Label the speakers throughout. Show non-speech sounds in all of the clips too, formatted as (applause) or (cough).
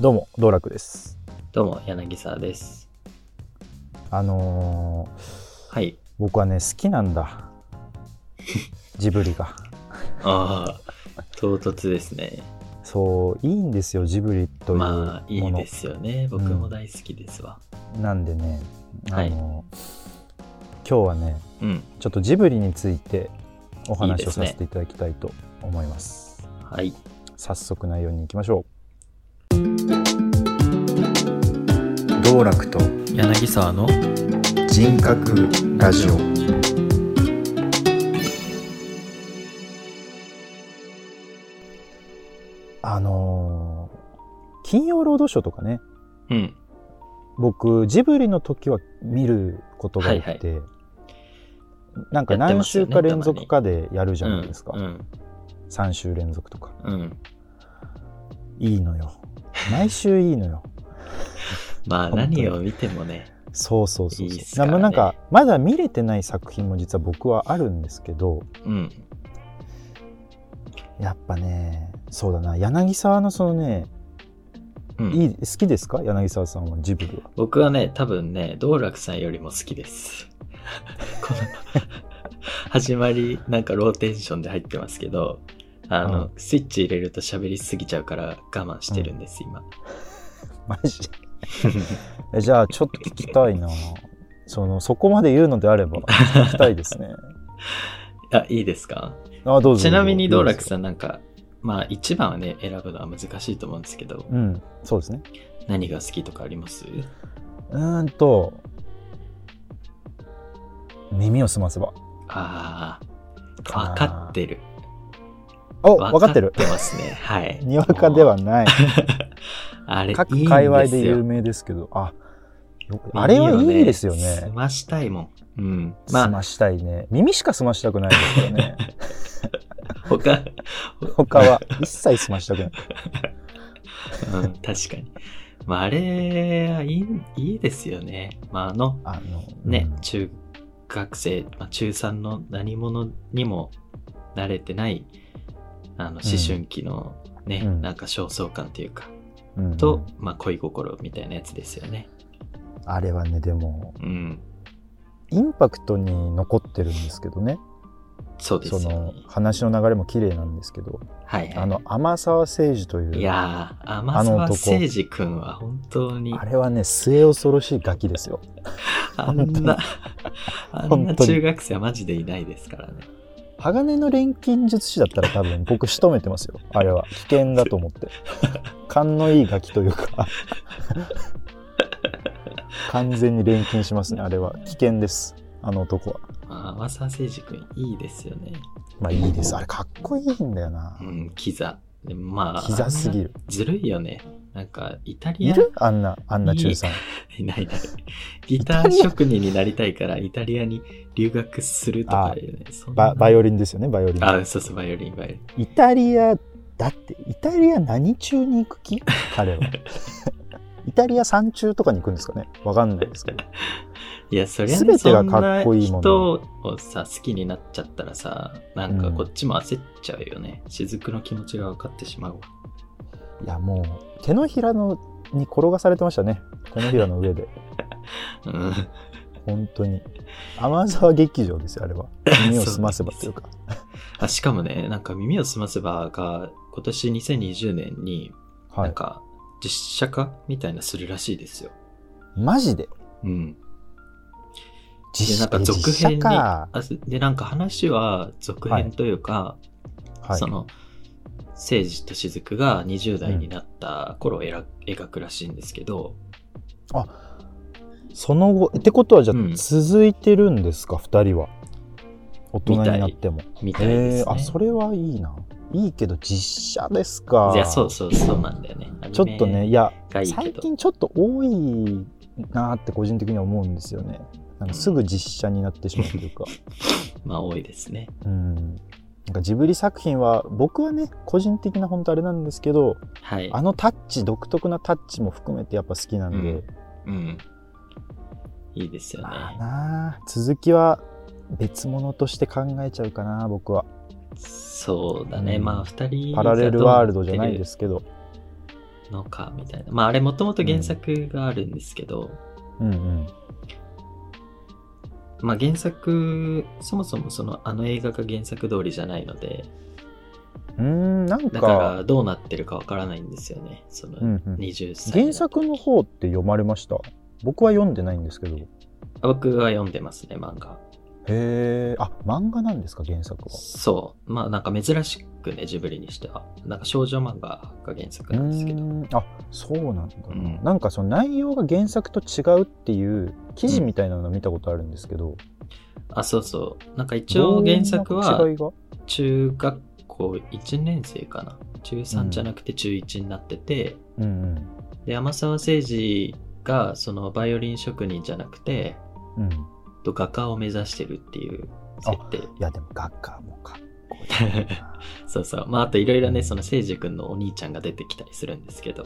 Speaker 1: どうも道楽です
Speaker 2: どうも柳沢です。
Speaker 1: あの
Speaker 2: はい。
Speaker 1: ー僕はね好きなんだ
Speaker 2: (laughs)
Speaker 1: ジブリが
Speaker 2: ああ、唐突ですね。
Speaker 1: そういいんですよジブリというもの、
Speaker 2: まあいいですよね。僕も大好きですわ。
Speaker 1: なんでね、
Speaker 2: はい
Speaker 1: あのー今日はね
Speaker 2: うん。
Speaker 1: ちょっとジブリについてお話
Speaker 2: いい
Speaker 1: を
Speaker 2: です
Speaker 1: さ
Speaker 2: ね
Speaker 1: せていただきたいと思います
Speaker 2: はい。
Speaker 1: 早速内容に行きましょう道楽と
Speaker 2: 柳沢の
Speaker 1: 人格ラジオあのー金曜ロードショーとかね
Speaker 2: うん。
Speaker 1: 僕ジブリの時は見ることが多くて、なんか
Speaker 2: やって
Speaker 1: 何
Speaker 2: ますよ
Speaker 1: 週
Speaker 2: ね
Speaker 1: か連続かでやるじゃないですか、
Speaker 2: うん。
Speaker 1: 3週連続とか
Speaker 2: うん。うん
Speaker 1: いいのよ毎週いいのよ
Speaker 2: まあ
Speaker 1: 本当に
Speaker 2: 何を見てもね。
Speaker 1: そうそうそうそう
Speaker 2: いいっすからね
Speaker 1: ななんかまだ見れてない作品も実は僕はあるんですけど、
Speaker 2: うん。
Speaker 1: やっぱねそうだな柳沢のそのね、
Speaker 2: うん、
Speaker 1: いい好きですか柳沢さんはジブリは (laughs)
Speaker 2: 僕はね、多分ね、道楽さんよりも好きです。
Speaker 1: (laughs)
Speaker 2: この始まり、なんかローテンションで入ってますけど、あの、
Speaker 1: う
Speaker 2: スイッチ入れると喋りすぎちゃうから我慢してるんです、今。
Speaker 1: マ
Speaker 2: (laughs)
Speaker 1: ジでえじゃあちょっと聞きたいなそのそこまで言うのであれば聞きたいです
Speaker 2: (laughs)
Speaker 1: ね
Speaker 2: あ、いいですか
Speaker 1: あどうぞ
Speaker 2: ちなみに道楽
Speaker 1: ん
Speaker 2: さんなんか、まあ一番はね、選ぶのは難しいと思うんですけど、
Speaker 1: うんそうですね
Speaker 2: 何が好きとかあります
Speaker 1: うーんと耳を澄ませば
Speaker 2: ああ、
Speaker 1: かな
Speaker 2: わかってる。
Speaker 1: お分かってる
Speaker 2: わかってますね。はい。
Speaker 1: (laughs) にわかではない
Speaker 2: あれ、いいんです
Speaker 1: 各
Speaker 2: よ。
Speaker 1: 界隈で有名ですけどあよあれはいいですよね
Speaker 2: 済ましたいもん。うん。
Speaker 1: 澄
Speaker 2: ま
Speaker 1: ましたいね耳しか澄ましたくないですからね
Speaker 2: あ、他、
Speaker 1: 他は一切済ましたくない。
Speaker 2: うん、確かに。まあ、あれはいい、いいですよね。まあ、あの、
Speaker 1: あの
Speaker 2: ね、中学生、まあ、中3の何者にも慣れてない、あの、思春期のね、
Speaker 1: うん
Speaker 2: なんか焦燥感というか、
Speaker 1: うん
Speaker 2: と、まあ、恋心みたいなやつですよね。
Speaker 1: あれはねでも
Speaker 2: うん。
Speaker 1: インパクトに残ってるんですけどね
Speaker 2: そうです
Speaker 1: そ
Speaker 2: よ
Speaker 1: の
Speaker 2: ね。
Speaker 1: 話の流れも綺麗なんですけど、
Speaker 2: はいはい。
Speaker 1: あの天沢誠二という
Speaker 2: いやー、
Speaker 1: あ
Speaker 2: 甘
Speaker 1: の
Speaker 2: 沢
Speaker 1: 男
Speaker 2: 誠二君は本当に
Speaker 1: あ、れはね末恐ろしいガキですよ
Speaker 2: あ
Speaker 1: 本
Speaker 2: ん
Speaker 1: 当に
Speaker 2: な、 (laughs) あん
Speaker 1: 本
Speaker 2: な
Speaker 1: 当に
Speaker 2: 中学生はマジでいないですからね。
Speaker 1: 鋼の錬金術師だったら多分僕仕留めてますよあれは危険だと思って
Speaker 2: (laughs)
Speaker 1: 勘のいいガキというか完全に錬金しますねあれは危険ですあの男は
Speaker 2: まあ、甘沢誠二君いいですよね。
Speaker 1: まあいいですあれかっこいいんだよな
Speaker 2: うん、キザ。でまあ、
Speaker 1: キザすぎる
Speaker 2: あんなずるいよね。なんか、イタリ
Speaker 1: い
Speaker 2: ア
Speaker 1: るあんなあんな中3
Speaker 2: いないいない。 (laughs) ギター職人になりたいから、イタリアに留学するとかいうね。そんな
Speaker 1: ババイオリンですよねバイオリン
Speaker 2: あ、そうそう、バイオリン、バイオリン。
Speaker 1: イタリアだってイタリア何中に行く気彼は (laughs) イタリア3中とかに行くんですかねわかんないですけど
Speaker 2: いや、そりゃ、ね、
Speaker 1: 全てが
Speaker 2: そん
Speaker 1: かっ
Speaker 2: な
Speaker 1: こいいもの
Speaker 2: 人をさ、好きになっちゃったらさ、なんかこっちも焦っちゃうよね。雫の気持ちが分かってしまうわ。
Speaker 1: いやもう手のひらのに転がされてましたね手のひらの上で (laughs)
Speaker 2: うん。
Speaker 1: 本当に天沢劇場ですよあ
Speaker 2: (laughs)
Speaker 1: れは耳を澄ませばというか
Speaker 2: あしかもね、なんか耳をすませばが、今年2020年に、
Speaker 1: は
Speaker 2: なん
Speaker 1: い
Speaker 2: か、実写化みたいなするらしいですよ。
Speaker 1: マジで
Speaker 2: うん。で、
Speaker 1: 実
Speaker 2: なん
Speaker 1: 写
Speaker 2: か続編
Speaker 1: 実写
Speaker 2: に、
Speaker 1: か
Speaker 2: あで、なんか話は続編というか、
Speaker 1: はい
Speaker 2: その、聖司と雫が20代になった頃を描描くらしいんですけど、
Speaker 1: その後ってことはじゃあ
Speaker 2: うん
Speaker 1: 続いてるんですか、二人は大人になっても
Speaker 2: みたいで
Speaker 1: へえ
Speaker 2: すね。
Speaker 1: あそれはいいないいけど実写ですか
Speaker 2: いや、そうそう、そうなんだよね。
Speaker 1: ちょっとねいや
Speaker 2: アニメがいいけ
Speaker 1: 最
Speaker 2: ど。
Speaker 1: 近ちょっと多いなーって個人的には思うんですよねなんかすぐ実写になってしまうという
Speaker 2: (laughs)
Speaker 1: か
Speaker 2: まあ、多いですね。
Speaker 1: うんなんかジブリ作品は僕はね個人的な本当あれなんですけど
Speaker 2: はい。
Speaker 1: あのタッチ独特なタッチも含めてやっぱ好きなんで、
Speaker 2: うんうん。いいですよね。
Speaker 1: まあなあ続きは別物として考えちゃうかな僕は
Speaker 2: そうだね、
Speaker 1: うん
Speaker 2: まあ2人
Speaker 1: パラレルワールドじゃないですすけど
Speaker 2: のかみたいなまああれもともと原作があるんですけど、
Speaker 1: うんうん。
Speaker 2: まあ原作そもそもそのあの映画が原作通りじゃないので
Speaker 1: うーん、なん
Speaker 2: だから
Speaker 1: か、
Speaker 2: どうなってるかわからないんですよねその
Speaker 1: うんうん
Speaker 2: 20歳の
Speaker 1: 原作の方って読まれました僕は読んでないんですけど。へ
Speaker 2: あ僕は読んでますね漫画
Speaker 1: え、あ、漫画なんですか、原作は。
Speaker 2: そうまあなんか珍しくねジブリにしてはなんか少女漫画が原作なんですけど
Speaker 1: うーんあそうなんだ、
Speaker 2: うん
Speaker 1: なんかその内容が原作と違うっていう記事みたいなの見たことあるんですけど、
Speaker 2: あそうそうなんか一応原作は
Speaker 1: どんな違いが
Speaker 2: 中学校1年生かな中3じゃなくて中1になってて、
Speaker 1: うん
Speaker 2: で山沢誠二がそのバイオリン職人じゃなくて
Speaker 1: うんうんい
Speaker 2: と画家を目指してるっていう設定
Speaker 1: やでも学科もかっこいいな
Speaker 2: (laughs) そうそうまああといろいろねその誠二君のお兄ちゃんが出てきたりするんですけど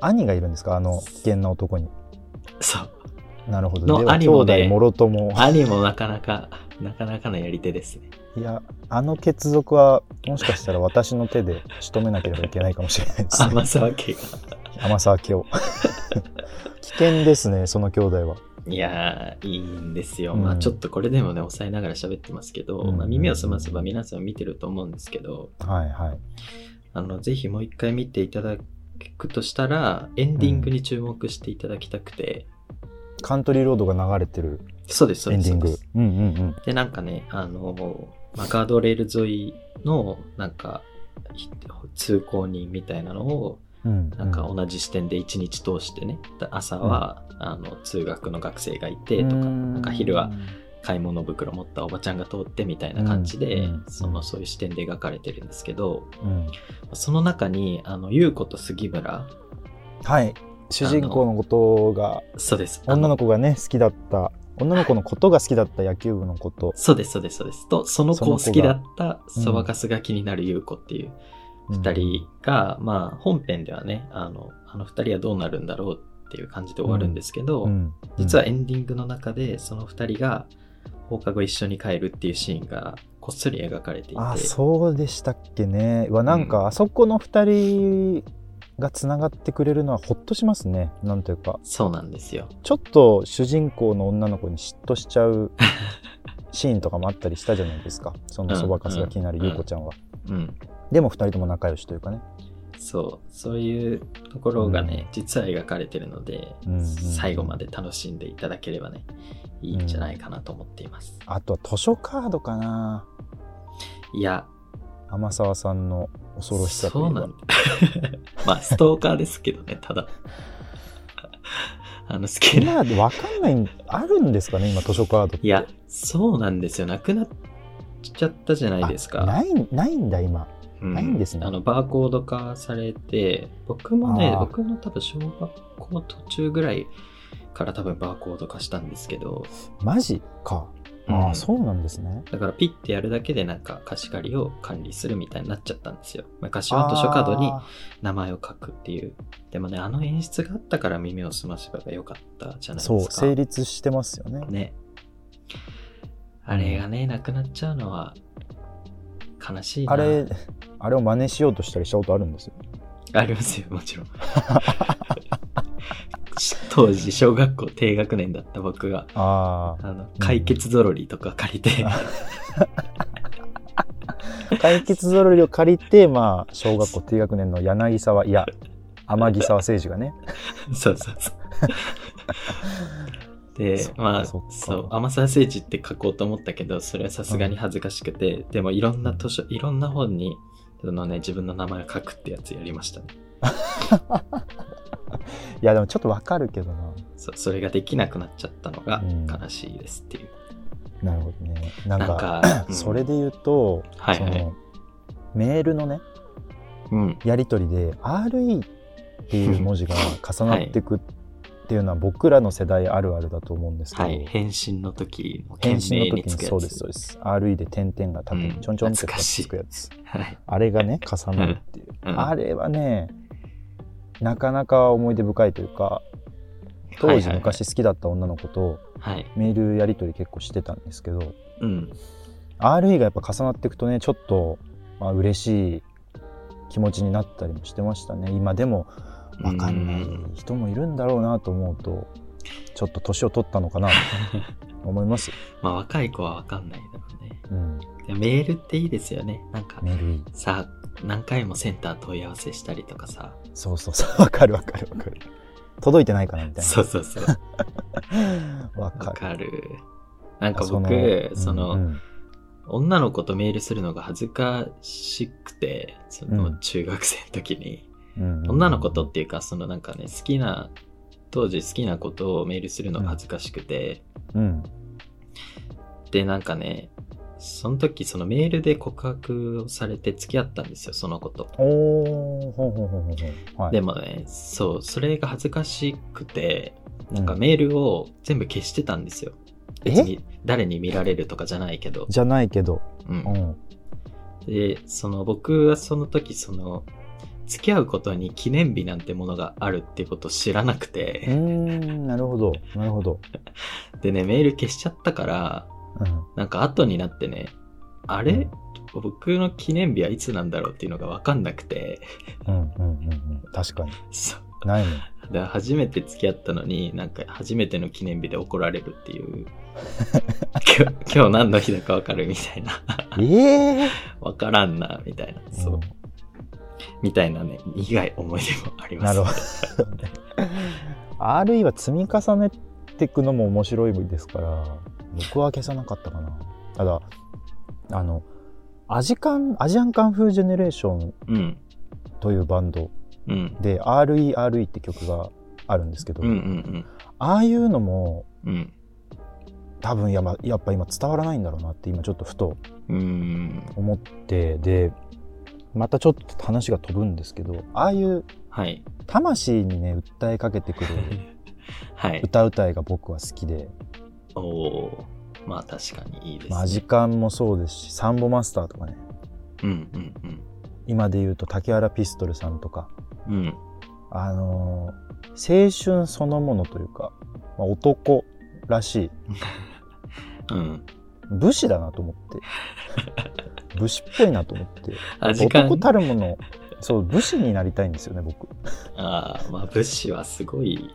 Speaker 1: 兄がいるんですかあの危険な男に
Speaker 2: そう
Speaker 1: なるほど
Speaker 2: の
Speaker 1: では
Speaker 2: 兄
Speaker 1: 兄
Speaker 2: も
Speaker 1: 弟
Speaker 2: ね
Speaker 1: もろとも
Speaker 2: 兄もなかなかなかなかのやり手ですね
Speaker 1: いやあの血族はもしかしたら私の手で仕留めなければいけないかもしれないですね
Speaker 2: 天沢家が
Speaker 1: 天沢
Speaker 2: (laughs)
Speaker 1: 家を危険ですねその兄弟はい
Speaker 2: やーいいんですよ、
Speaker 1: うん
Speaker 2: まあちょっとこれでもね抑えながら喋ってますけど、
Speaker 1: うん
Speaker 2: まあ、耳を澄ませば皆さん見てると思うんですけど
Speaker 1: はいはい
Speaker 2: あのぜひもう一回見ていただくとしたらエンディングに注目していただきたくて、
Speaker 1: カントリーロードが流れてる
Speaker 2: そうですそう
Speaker 1: エ
Speaker 2: で
Speaker 1: ン
Speaker 2: す
Speaker 1: ディン
Speaker 2: そ
Speaker 1: グ
Speaker 2: うです
Speaker 1: うんうんうん
Speaker 2: でなんかねあの、まあ、ガードレール沿いのなんかひ通行人みたいなのを
Speaker 1: うん
Speaker 2: なんか同じ視点で一日通してねだ朝は、あの通学の学生がいてとかなんか昼は買い物袋持ったおばちゃんが通ってみたいな感じで、
Speaker 1: うんうん
Speaker 2: そのそういう視点で描かれてるんですけど
Speaker 1: うん
Speaker 2: その中にあの優子と杉村
Speaker 1: はい主人公のことが
Speaker 2: そうです
Speaker 1: 女
Speaker 2: あ
Speaker 1: の子がね好きだった女の子のことが好きだった野球部のこと、
Speaker 2: そうですそうですそうですとその子を好きだっ
Speaker 1: その子
Speaker 2: た
Speaker 1: がうん
Speaker 2: そばかすが気になる優子っていう
Speaker 1: うん
Speaker 2: 2人が、まあ本編ではねあのあの2人はどうなるんだろうっていう感じで終わるんですけど、
Speaker 1: うん
Speaker 2: 実はエンディングの中でその2人が放課後一緒に帰るっていうシーンがこっそり描かれていて
Speaker 1: あそうでしたっけねうわなんかあそこの二人がつながってくれるのはほっとしますねなんというか
Speaker 2: そうなんですよ
Speaker 1: ちょっと主人公の女の子に嫉妬しちゃ
Speaker 2: (laughs)
Speaker 1: うシーンとかもあったりしたじゃないですかそのそばかすが気になる優子ちゃんは、
Speaker 2: うん
Speaker 1: でも二人とも仲良しというかね
Speaker 2: そう、そういうところがね、実は描かれてるので、
Speaker 1: うんうんうん
Speaker 2: 最後まで楽しんでいただければね、いいんじゃないかなと思っています。
Speaker 1: あとは図書カードかない
Speaker 2: や、
Speaker 1: 天沢さんの恐ろしさといえ
Speaker 2: そう
Speaker 1: ば
Speaker 2: なんだ。 (laughs) まあ、ストーカーですけどね、
Speaker 1: (laughs)
Speaker 2: ただ。あの、好きな。
Speaker 1: 今わかんないあるんですかね今図書カード
Speaker 2: いや、そうなんですよ。なくなっちゃったじゃないですか。
Speaker 1: あないないんだ今
Speaker 2: う
Speaker 1: ないんですね
Speaker 2: あの、バーコード化されて、僕もね
Speaker 1: あ、ー
Speaker 2: 僕の多分小学校途中ぐらいから多分バーコード化したんですけど、
Speaker 1: マジかああ、そうなんですね
Speaker 2: だからピッてやるだけでなんか貸し借りを管理するみたいになっちゃったんですよ。昔は図書カードに
Speaker 1: あ
Speaker 2: 名前を書くっていう。でもね、あの演出があったから耳を澄ませばよかったじゃ
Speaker 1: ー
Speaker 2: ない
Speaker 1: そ
Speaker 2: で
Speaker 1: う
Speaker 2: すか。
Speaker 1: 成立してますよね
Speaker 2: ね。あれがね、なくなっちゃうのは悲しいな。
Speaker 1: あれあれを真似しようとしたりしたことあるんですよ
Speaker 2: ありますよ、もちろん。当時、小学校低学年だった僕が、
Speaker 1: あ
Speaker 2: あの解決ぞろりとか借りて、
Speaker 1: あ解決ぞろりを借りてまあ小学校低学年の柳沢い
Speaker 2: (laughs)
Speaker 1: や天城沢誠司がね
Speaker 2: そうそう
Speaker 1: (laughs)
Speaker 2: そう。で
Speaker 1: そっ、か
Speaker 2: まあ、
Speaker 1: そっか
Speaker 2: そう、甘沢聖地って書こうと思ったけど、それはさすがに恥ずかしくて、でもいろんな図書、いろんな本に、そのね、自分の名前を書くってやつやりましたね。
Speaker 1: いやでもちょっとわかるけどな
Speaker 2: そうそれができなくなっちゃったのが
Speaker 1: うん
Speaker 2: 悲しいですっていう。
Speaker 1: なるほどねなん
Speaker 2: なん
Speaker 1: か
Speaker 2: か、うん
Speaker 1: それで言うと、
Speaker 2: はいは
Speaker 1: そ
Speaker 2: い。
Speaker 1: のメールのね
Speaker 2: うん。
Speaker 1: やり取りで RE っていう文字が重なってくっていうのは僕らの世代あるあるだと思うんですけど、
Speaker 2: はい。返信の時の
Speaker 1: 返
Speaker 2: 件
Speaker 1: 信
Speaker 2: 名
Speaker 1: の
Speaker 2: に
Speaker 1: 時
Speaker 2: つ
Speaker 1: に
Speaker 2: くやつ。
Speaker 1: そうですそうです。RE で点々が縦に
Speaker 2: うん
Speaker 1: ちょんちょんって
Speaker 2: 懐かしい
Speaker 1: つくやつ、
Speaker 2: はい。
Speaker 1: あれがね重なるっていう、
Speaker 2: うん
Speaker 1: あれはねなかなか思い出深いというか当時昔好きだった女の子と
Speaker 2: はいはいはい。はい。
Speaker 1: メールやり取り結構してたんですけど、
Speaker 2: うん。
Speaker 1: RE がやっぱ重なっていくとねちょっと、まあ嬉しい気持ちになったりもしてましたね今でもわかんな
Speaker 2: う
Speaker 1: い
Speaker 2: ん
Speaker 1: 人もいるんだろうなと思うとちょっと年を取ったのかなと思い
Speaker 2: (laughs)
Speaker 1: ます、
Speaker 2: まあ若い子はわかんないだろうね
Speaker 1: うん、
Speaker 2: でメールっていいですよねなんか
Speaker 1: メールいい
Speaker 2: さ何回もセンター問い合わせしたりとかさ
Speaker 1: そうそうそうわかるわかるわかる届いてないかなみたい
Speaker 2: そうそうそう
Speaker 1: なわか
Speaker 2: わ
Speaker 1: る
Speaker 2: かるなんか
Speaker 1: あその
Speaker 2: 僕その
Speaker 1: うん
Speaker 2: 女の子とメールするのが恥ずかしくてそうの
Speaker 1: ん
Speaker 2: 中学生の時に、
Speaker 1: うんうん
Speaker 2: 女の子とっていうかそのなんかね好きな当時好きなことをメールするのが恥ずかしくて、
Speaker 1: うん
Speaker 2: でなんかねその時そのメールで告白をされて付き合ったんですよその子と、
Speaker 1: おーほうほうほうほうほうはい
Speaker 2: でもねそうそれが恥ずかしくてなんか
Speaker 1: うん
Speaker 2: メールを全部消してたんですよ
Speaker 1: え
Speaker 2: 別に誰に見られるとかじゃないけど、
Speaker 1: じゃないけど、
Speaker 2: うん
Speaker 1: うん、
Speaker 2: でその僕はその時その付き合うことに記念日なんてものがあるってことを知らなく
Speaker 1: うー
Speaker 2: て、
Speaker 1: んなるほどなるほど、
Speaker 2: でねメール消しちゃったから
Speaker 1: うん、
Speaker 2: なんか後になってねあれ、
Speaker 1: うん
Speaker 2: 僕の記念日はいつなんだろうっていうのが分かんなくて
Speaker 1: うんうんうんうん確かに
Speaker 2: そう
Speaker 1: ないもん
Speaker 2: (laughs) で初めて付き合ったのになんか初めての記念日で怒られるっていう
Speaker 1: (laughs)
Speaker 2: 今日今日何の日だか分かるみたいな (laughs)
Speaker 1: ええ
Speaker 2: 分からんなみたいなそう、みたいなね苦い思い出もありま
Speaker 1: な
Speaker 2: す
Speaker 1: るほど
Speaker 2: (laughs)
Speaker 1: ねあるいは積み重ねていくのも面白いですから僕は消さなかったかなただあのアジカンアジアンカンフージェネレーション
Speaker 2: うん
Speaker 1: というバンド
Speaker 2: うん
Speaker 1: で RERE って曲があるんですけど、
Speaker 2: うんうん
Speaker 1: ああいうのも
Speaker 2: うんうん
Speaker 1: 多分や,、ま、やっぱ今伝わらないんだろうなって今ちょっとふと
Speaker 2: うーん
Speaker 1: 思ってでまたちょっと話が飛ぶんですけどああいう
Speaker 2: はい
Speaker 1: 魂にね訴えかけて
Speaker 2: (laughs)
Speaker 1: くる
Speaker 2: はい
Speaker 1: 歌うたいが僕は好きで
Speaker 2: おおーまあ確かにいいです、ね
Speaker 1: まあ、アジカンもそうですしサンボマスターとかね
Speaker 2: うんうん
Speaker 1: 今で言うと竹原ピストルさんとか、
Speaker 2: うんうん
Speaker 1: あのー青春そのものというか、まあ、男らしい
Speaker 2: うん
Speaker 1: 武士だなと思って
Speaker 2: (laughs)
Speaker 1: 武士っぽいなと思って
Speaker 2: あ時間
Speaker 1: 男たるものそう武士になりたいんですよね僕
Speaker 2: ああまあ物資はすごい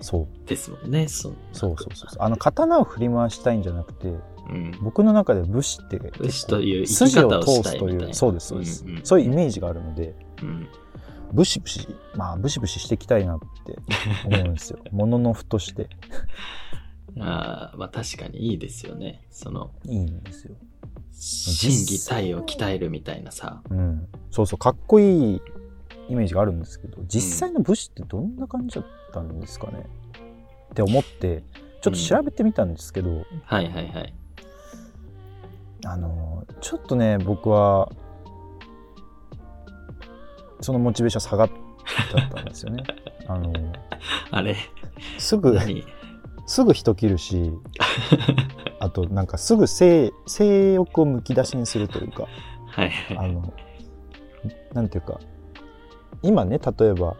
Speaker 1: そう
Speaker 2: ですもんねそ
Speaker 1: そうそうそうそうあの刀を振り回したいんじゃなくて
Speaker 2: う、うん、
Speaker 1: 僕の中で武士って
Speaker 2: 武士という生き
Speaker 1: 筋
Speaker 2: 方
Speaker 1: を
Speaker 2: を
Speaker 1: 通
Speaker 2: した
Speaker 1: す
Speaker 2: い
Speaker 1: とい
Speaker 2: みたいうな
Speaker 1: そうですそうです、
Speaker 2: んん
Speaker 1: そういうイメージがあるので
Speaker 2: うん
Speaker 1: ブシブシまあブシブシしていきたいなって思うんです
Speaker 2: (laughs)
Speaker 1: よもののふとして
Speaker 2: ああ (laughs) まあ確かにいいですよねその
Speaker 1: いいんですよ、
Speaker 2: 心技体を鍛えるみたいなさ
Speaker 1: うん、そうそうかっこいいイメージがあるんですけど実際の武士ってどんな感じだったんですかね、って思ってちょっと調べてみたんですけど、
Speaker 2: はいはいはい
Speaker 1: あのちょっとね僕はそのモチベーション下がっちゃったんですよ
Speaker 2: (laughs)
Speaker 1: ねあの
Speaker 2: あれ
Speaker 1: すぐ
Speaker 2: 何
Speaker 1: すぐ人切るしあとなんかすぐ性性欲をむき出しにするというか
Speaker 2: はいはい
Speaker 1: あのなんていうか今ね例えば、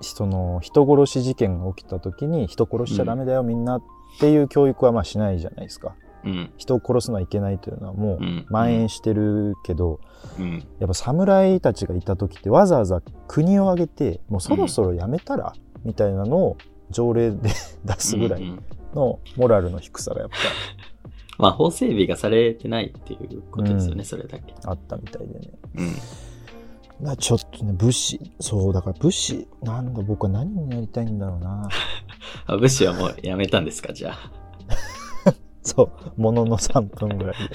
Speaker 1: その人殺し事件が起きた時に人殺しちゃダメだよ、みんなっていう教育はまあしないじゃないですか
Speaker 2: うん
Speaker 1: 人を殺すのはいけないというのはもう
Speaker 2: うん
Speaker 1: 蔓延してるけど、
Speaker 2: うん
Speaker 1: やっぱ侍たちがいた時ってわざわざ国を挙げてもうそろそろやめたら、みたいなのを条例で出すぐら
Speaker 2: うんう
Speaker 1: い
Speaker 2: ん
Speaker 1: のモラルの低さがやっ
Speaker 2: まあ法整備がされてないっていうことですよね、
Speaker 1: うん
Speaker 2: それだけ。
Speaker 1: ぱあったみたいでね
Speaker 2: うん。
Speaker 1: だからちょっとね武士そうだから武士なんだ僕は何になりたいんだろうな
Speaker 2: あ、武士はもうやめたんですか、じゃあ。
Speaker 1: そうものの3分ぐらい
Speaker 2: (laughs)
Speaker 1: で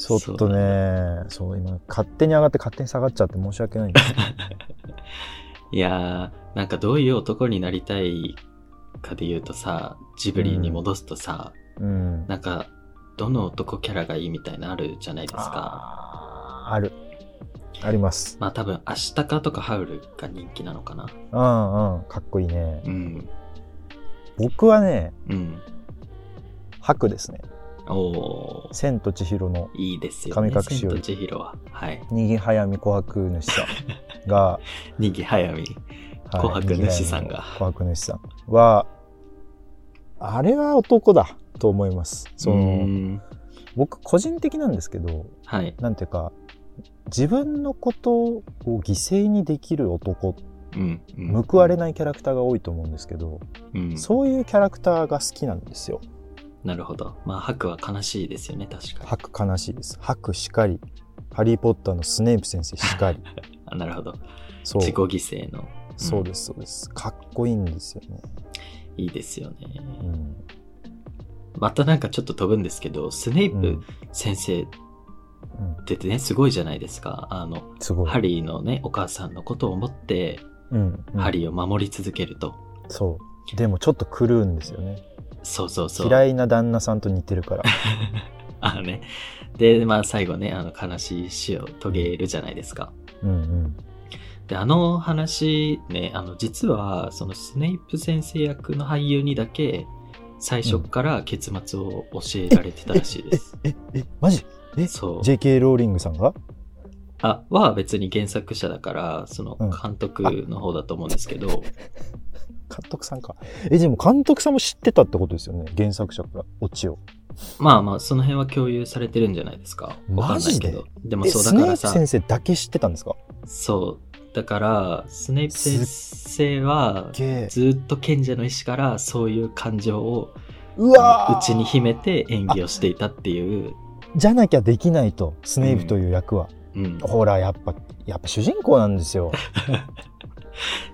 Speaker 1: ちょっとねそう今勝手に上がって勝手に下がっちゃって申し訳ないんですけど
Speaker 2: いやー、なんかどういう男になりたいかで言うとさ、ジブリに戻すとさ、
Speaker 1: うん
Speaker 2: なんか、どの男キャラがいいみたいなのあるじゃないですか。
Speaker 1: あーあるあります
Speaker 2: まあ多分、アシタカとかハウルが人気なのかな。
Speaker 1: うんうんかっこいいね
Speaker 2: うん。
Speaker 1: 僕はね
Speaker 2: うん。
Speaker 1: 白ですね
Speaker 2: お
Speaker 1: 「
Speaker 2: ー、
Speaker 1: 千と千尋の
Speaker 2: いいですよね。
Speaker 1: 神隠し
Speaker 2: 千
Speaker 1: よ
Speaker 2: と
Speaker 1: り
Speaker 2: 千尋は。はい。
Speaker 1: にぎはやみ琥珀主さん」
Speaker 2: (laughs)
Speaker 1: が
Speaker 2: 人気早見。
Speaker 1: 「
Speaker 2: 琥珀主さ
Speaker 1: に
Speaker 2: んが
Speaker 1: ぎはやみの琥珀主さんはあれは男だと思いますそう
Speaker 2: ー
Speaker 1: の
Speaker 2: ん
Speaker 1: 僕個人的なんですけど
Speaker 2: はい。
Speaker 1: なんていうか自分のことを犠牲にできる男
Speaker 2: うんうん
Speaker 1: 報われないキャラクターが多いと思うんですけど、
Speaker 2: うん、
Speaker 1: そういうキャラクターが好きなんですよ
Speaker 2: なるほど。まあ、ハクは悲しいですよね、確かに。
Speaker 1: 白悲しいです白しかりハリー・ポッターのスネープ先生し
Speaker 2: (laughs)
Speaker 1: かり
Speaker 2: あなるほど。
Speaker 1: そう
Speaker 2: 自己犠牲の。
Speaker 1: そうですそうですかっこいいんですよね、
Speaker 2: いいですよね。
Speaker 1: うん
Speaker 2: またなんかちょっと飛ぶんですけど、スネイ
Speaker 1: うん
Speaker 2: プ先生っ
Speaker 1: うん
Speaker 2: てね、すごいじゃないですか。あの、
Speaker 1: すごい
Speaker 2: ハリーのね、お母さんのことを思って、
Speaker 1: うんうん
Speaker 2: ハリーを守り続けると。
Speaker 1: そうでもちょっと狂うんですよね
Speaker 2: そうそうそう。
Speaker 1: 嫌いな旦那さんと似てる
Speaker 2: (laughs)
Speaker 1: から
Speaker 2: あのね。で、まあ最後ね、あの悲しい死を遂げるじゃないですか。
Speaker 1: うんうん
Speaker 2: で、あの話ね、あの実は、そのスネイプ先生役の俳優にだけ、最初から結末を教えられてたらしいです。
Speaker 1: ええマジえ
Speaker 2: そう。
Speaker 1: JK ローリングさんが
Speaker 2: あは別に原作者だから、その
Speaker 1: うん
Speaker 2: 監督の方だと思うんですけど、
Speaker 1: 監督さんかえでも監督さんも知ってたってことですよね原作者からオチを
Speaker 2: まあまあ、その辺は共有されてるんじゃないですか。わかんないけど。でも
Speaker 1: え
Speaker 2: そう、
Speaker 1: ス
Speaker 2: だか
Speaker 1: ネー
Speaker 2: ら
Speaker 1: プ
Speaker 2: さ、
Speaker 1: 先生だけ知ってたんですか
Speaker 2: そう、だから、スネイプ先生は、
Speaker 1: ゲー
Speaker 2: ずっと賢者の石からそういう感情を
Speaker 1: う
Speaker 2: あの
Speaker 1: わー
Speaker 2: 内に秘めて演技をしていたっていう、
Speaker 1: じゃなきゃできないとスネープという役は、
Speaker 2: うん、
Speaker 1: ほらやっぱやっぱ主人公なんですよ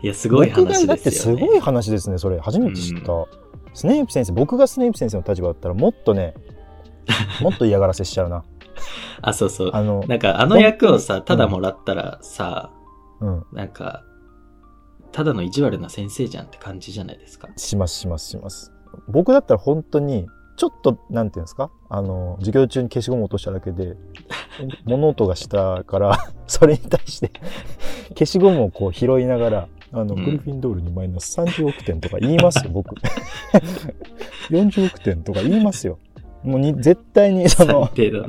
Speaker 2: いやすごい
Speaker 1: 僕が
Speaker 2: 話
Speaker 1: だっ
Speaker 2: で
Speaker 1: て
Speaker 2: す
Speaker 1: す
Speaker 2: よね
Speaker 1: ごい話ですねそれ初めて知った、スネープ先生僕がスネープ先生の立場だったらもっと
Speaker 2: (laughs)
Speaker 1: ねもっと嫌がらせしちゃうな
Speaker 2: あそうそう
Speaker 1: あの
Speaker 2: なんかあの役をさただもらったらさ、
Speaker 1: うん
Speaker 2: なんかただの意地悪な先生じゃんって感じじゃないですか
Speaker 1: しますしますします僕だったら本当にちょっとなんていうんですかあの授業中に消しゴム落としただけ
Speaker 2: (laughs)
Speaker 1: で物音がしたから (laughs) それに対して消しゴムをこう拾いながらあの、
Speaker 2: うん
Speaker 1: グリフィンドールにマイナス30億点とか言いますよ
Speaker 2: (laughs)
Speaker 1: 僕40億点とか言いますよもうに絶対にそ
Speaker 2: 最
Speaker 1: の
Speaker 2: 低だな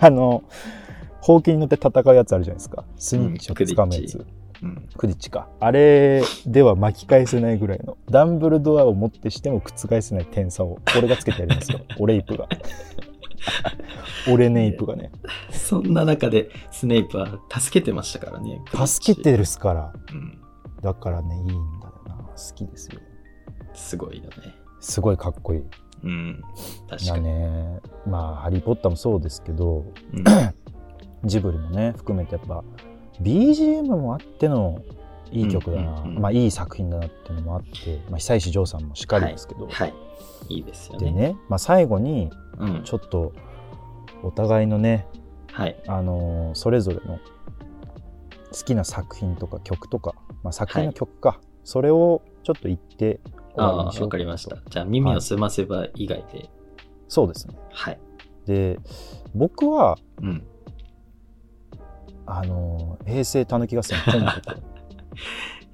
Speaker 1: あのほうきに乗って戦うやつあるじゃないですかスニッチをつかむやつ、
Speaker 2: うんうん
Speaker 1: クリッチかあれでは巻き返せないぐらいのダンブルドアをもってしても覆せない点差を俺がつけてやります
Speaker 2: (laughs)
Speaker 1: よオレイプがオレネイプがね
Speaker 2: そんな中でスネイプは助けてましたからね
Speaker 1: 助けて、るっすから
Speaker 2: うん、
Speaker 1: だからねいいんだよな好きですよ
Speaker 2: すごいよね
Speaker 1: すごいかっこいい
Speaker 2: うん確
Speaker 1: だ
Speaker 2: かに、
Speaker 1: ねまあ「ハリー・ポッター」もそうですけど
Speaker 2: うん
Speaker 1: ジブリもね含めてやっぱ BGM もあってのいい曲だな、
Speaker 2: うんうんうん
Speaker 1: まあいい作品だなっていうのもあって、まあ、久石譲さんもしっかりですけど、
Speaker 2: はいいいですよ
Speaker 1: で
Speaker 2: ね
Speaker 1: ね、まあ、最後に
Speaker 2: うん
Speaker 1: ちょっとお互いのね、
Speaker 2: はい
Speaker 1: あのーそれぞれの好きな作品とか曲とか、まあ、作品の曲か、それをちょっと言って終わり
Speaker 2: あ
Speaker 1: にし
Speaker 2: あ、
Speaker 1: よ
Speaker 2: わ
Speaker 1: う
Speaker 2: か
Speaker 1: なと
Speaker 2: りました。じゃあ、耳をすませば以外で。
Speaker 1: そうですね
Speaker 2: はい。
Speaker 1: で僕は
Speaker 2: うん。
Speaker 1: あのー平成たぬき
Speaker 2: (laughs)
Speaker 1: 合戦コントと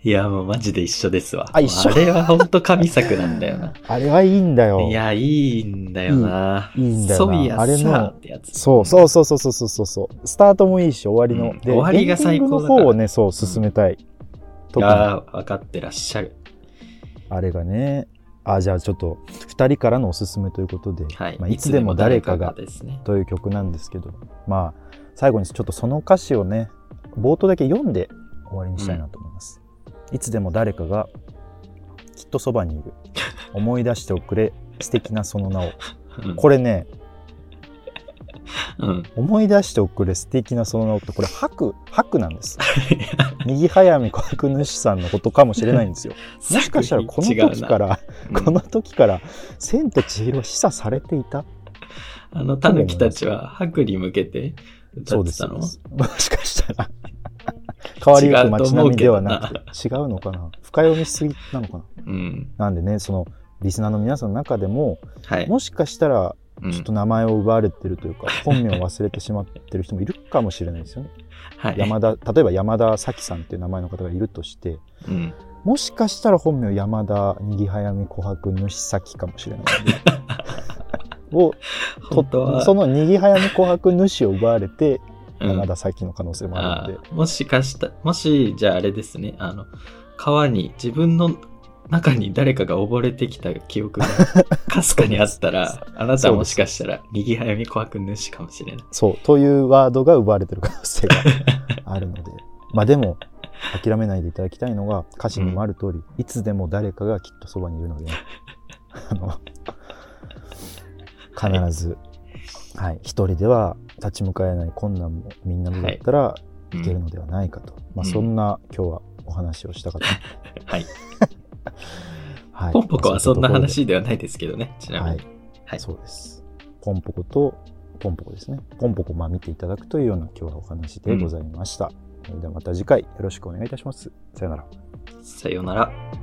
Speaker 2: いや、もうマジで一緒ですわ。
Speaker 1: あ一緒
Speaker 2: もうあれは本当神作なんだ
Speaker 1: (laughs)
Speaker 2: よな。
Speaker 1: あれはいいんだよ
Speaker 2: いや、いいんだよな。
Speaker 1: いいんだよ
Speaker 2: そう
Speaker 1: ない
Speaker 2: やさ
Speaker 1: あれの
Speaker 2: ってやつ。
Speaker 1: そうそうそうそうそうそうそうそうスタートもいいし終わりの、
Speaker 2: うん
Speaker 1: で
Speaker 2: 終わりが最高だから
Speaker 1: エンディングの方をねそう進めたい、特に
Speaker 2: ああ、分かってらっしゃる。
Speaker 1: あれがね、あじゃあちょっと2人からのおすすめということで、
Speaker 2: はい。
Speaker 1: まあ、いつでも誰かが
Speaker 2: いつでも誰ですね。
Speaker 1: という曲なんですけど、まあ、最後にちょっとその歌詞をね、冒頭だけ読んで終わりにしたいなと思います。いつでも誰かがきっとそばにい
Speaker 2: (laughs)
Speaker 1: る。思い出しておくれ、素敵なその名を。
Speaker 2: うん
Speaker 1: これね、
Speaker 2: うん。、
Speaker 1: 思い出しておくれ、素敵なその名をって、これ、白、白なんです。右早見国主さんのことかもしれないんですよ。もしかしたらこの時からら、
Speaker 2: うん
Speaker 1: この時から「千と千尋」は示唆されていた
Speaker 2: あの、タヌキたちは、白に向けて歌ってたの
Speaker 1: もしかしたら変わりゆく街並みではなくて違うのかな深読みしすぎなのかな
Speaker 2: うん。
Speaker 1: なんでねそのリスナーの皆さんの中でも
Speaker 2: はい。
Speaker 1: もしかしたら
Speaker 2: うん
Speaker 1: ちょっと名前を奪われてるというか、本名を忘れてしまってる人もいるかもしれないですよね
Speaker 2: は
Speaker 1: (laughs)
Speaker 2: い。
Speaker 1: 山田例えば山田咲さんっていう名前の方がいるとして
Speaker 2: うん。
Speaker 1: もしかしたら本名山田にぎはやみ琥珀主咲かもしれ
Speaker 2: (laughs)
Speaker 1: ないんでを
Speaker 2: 本当は、
Speaker 1: そのにぎはやみ琥珀主を奪われて
Speaker 2: うん
Speaker 1: 山田咲の可能性もあるんで、
Speaker 2: あーもしかしたもしじゃああれですねあの川に自分の中に誰かが溺れてきた記憶がかすかにあったら、あなたはもしかしたら右早見琥珀主かもしれない。
Speaker 1: そう、というワードが奪われてる可能
Speaker 2: (laughs)
Speaker 1: 性があるので。まあでも、諦めないでいただきたいのが、歌詞にもある通り、いつでも誰かがきっとそばにいるの
Speaker 2: (laughs)
Speaker 1: で、あの、必ず、はい、一人では立ち向かえない困難もみんなでだったら
Speaker 2: うん
Speaker 1: いけるのではないかと。まあ
Speaker 2: うん
Speaker 1: そんな今日はお話をしたかった。
Speaker 2: (laughs) はい。
Speaker 1: (laughs) は
Speaker 2: ポンポコはそんな
Speaker 1: まあ
Speaker 2: 話ではないですけどね、ちなみ
Speaker 1: は
Speaker 2: に
Speaker 1: い。、
Speaker 2: はい
Speaker 1: そうです。ポンポコとポンポコですね。ポンポコまあ見ていただくというような今日はお話でございました。それではまた次回よろしくお願いいたします。さよなら。
Speaker 2: さようなら。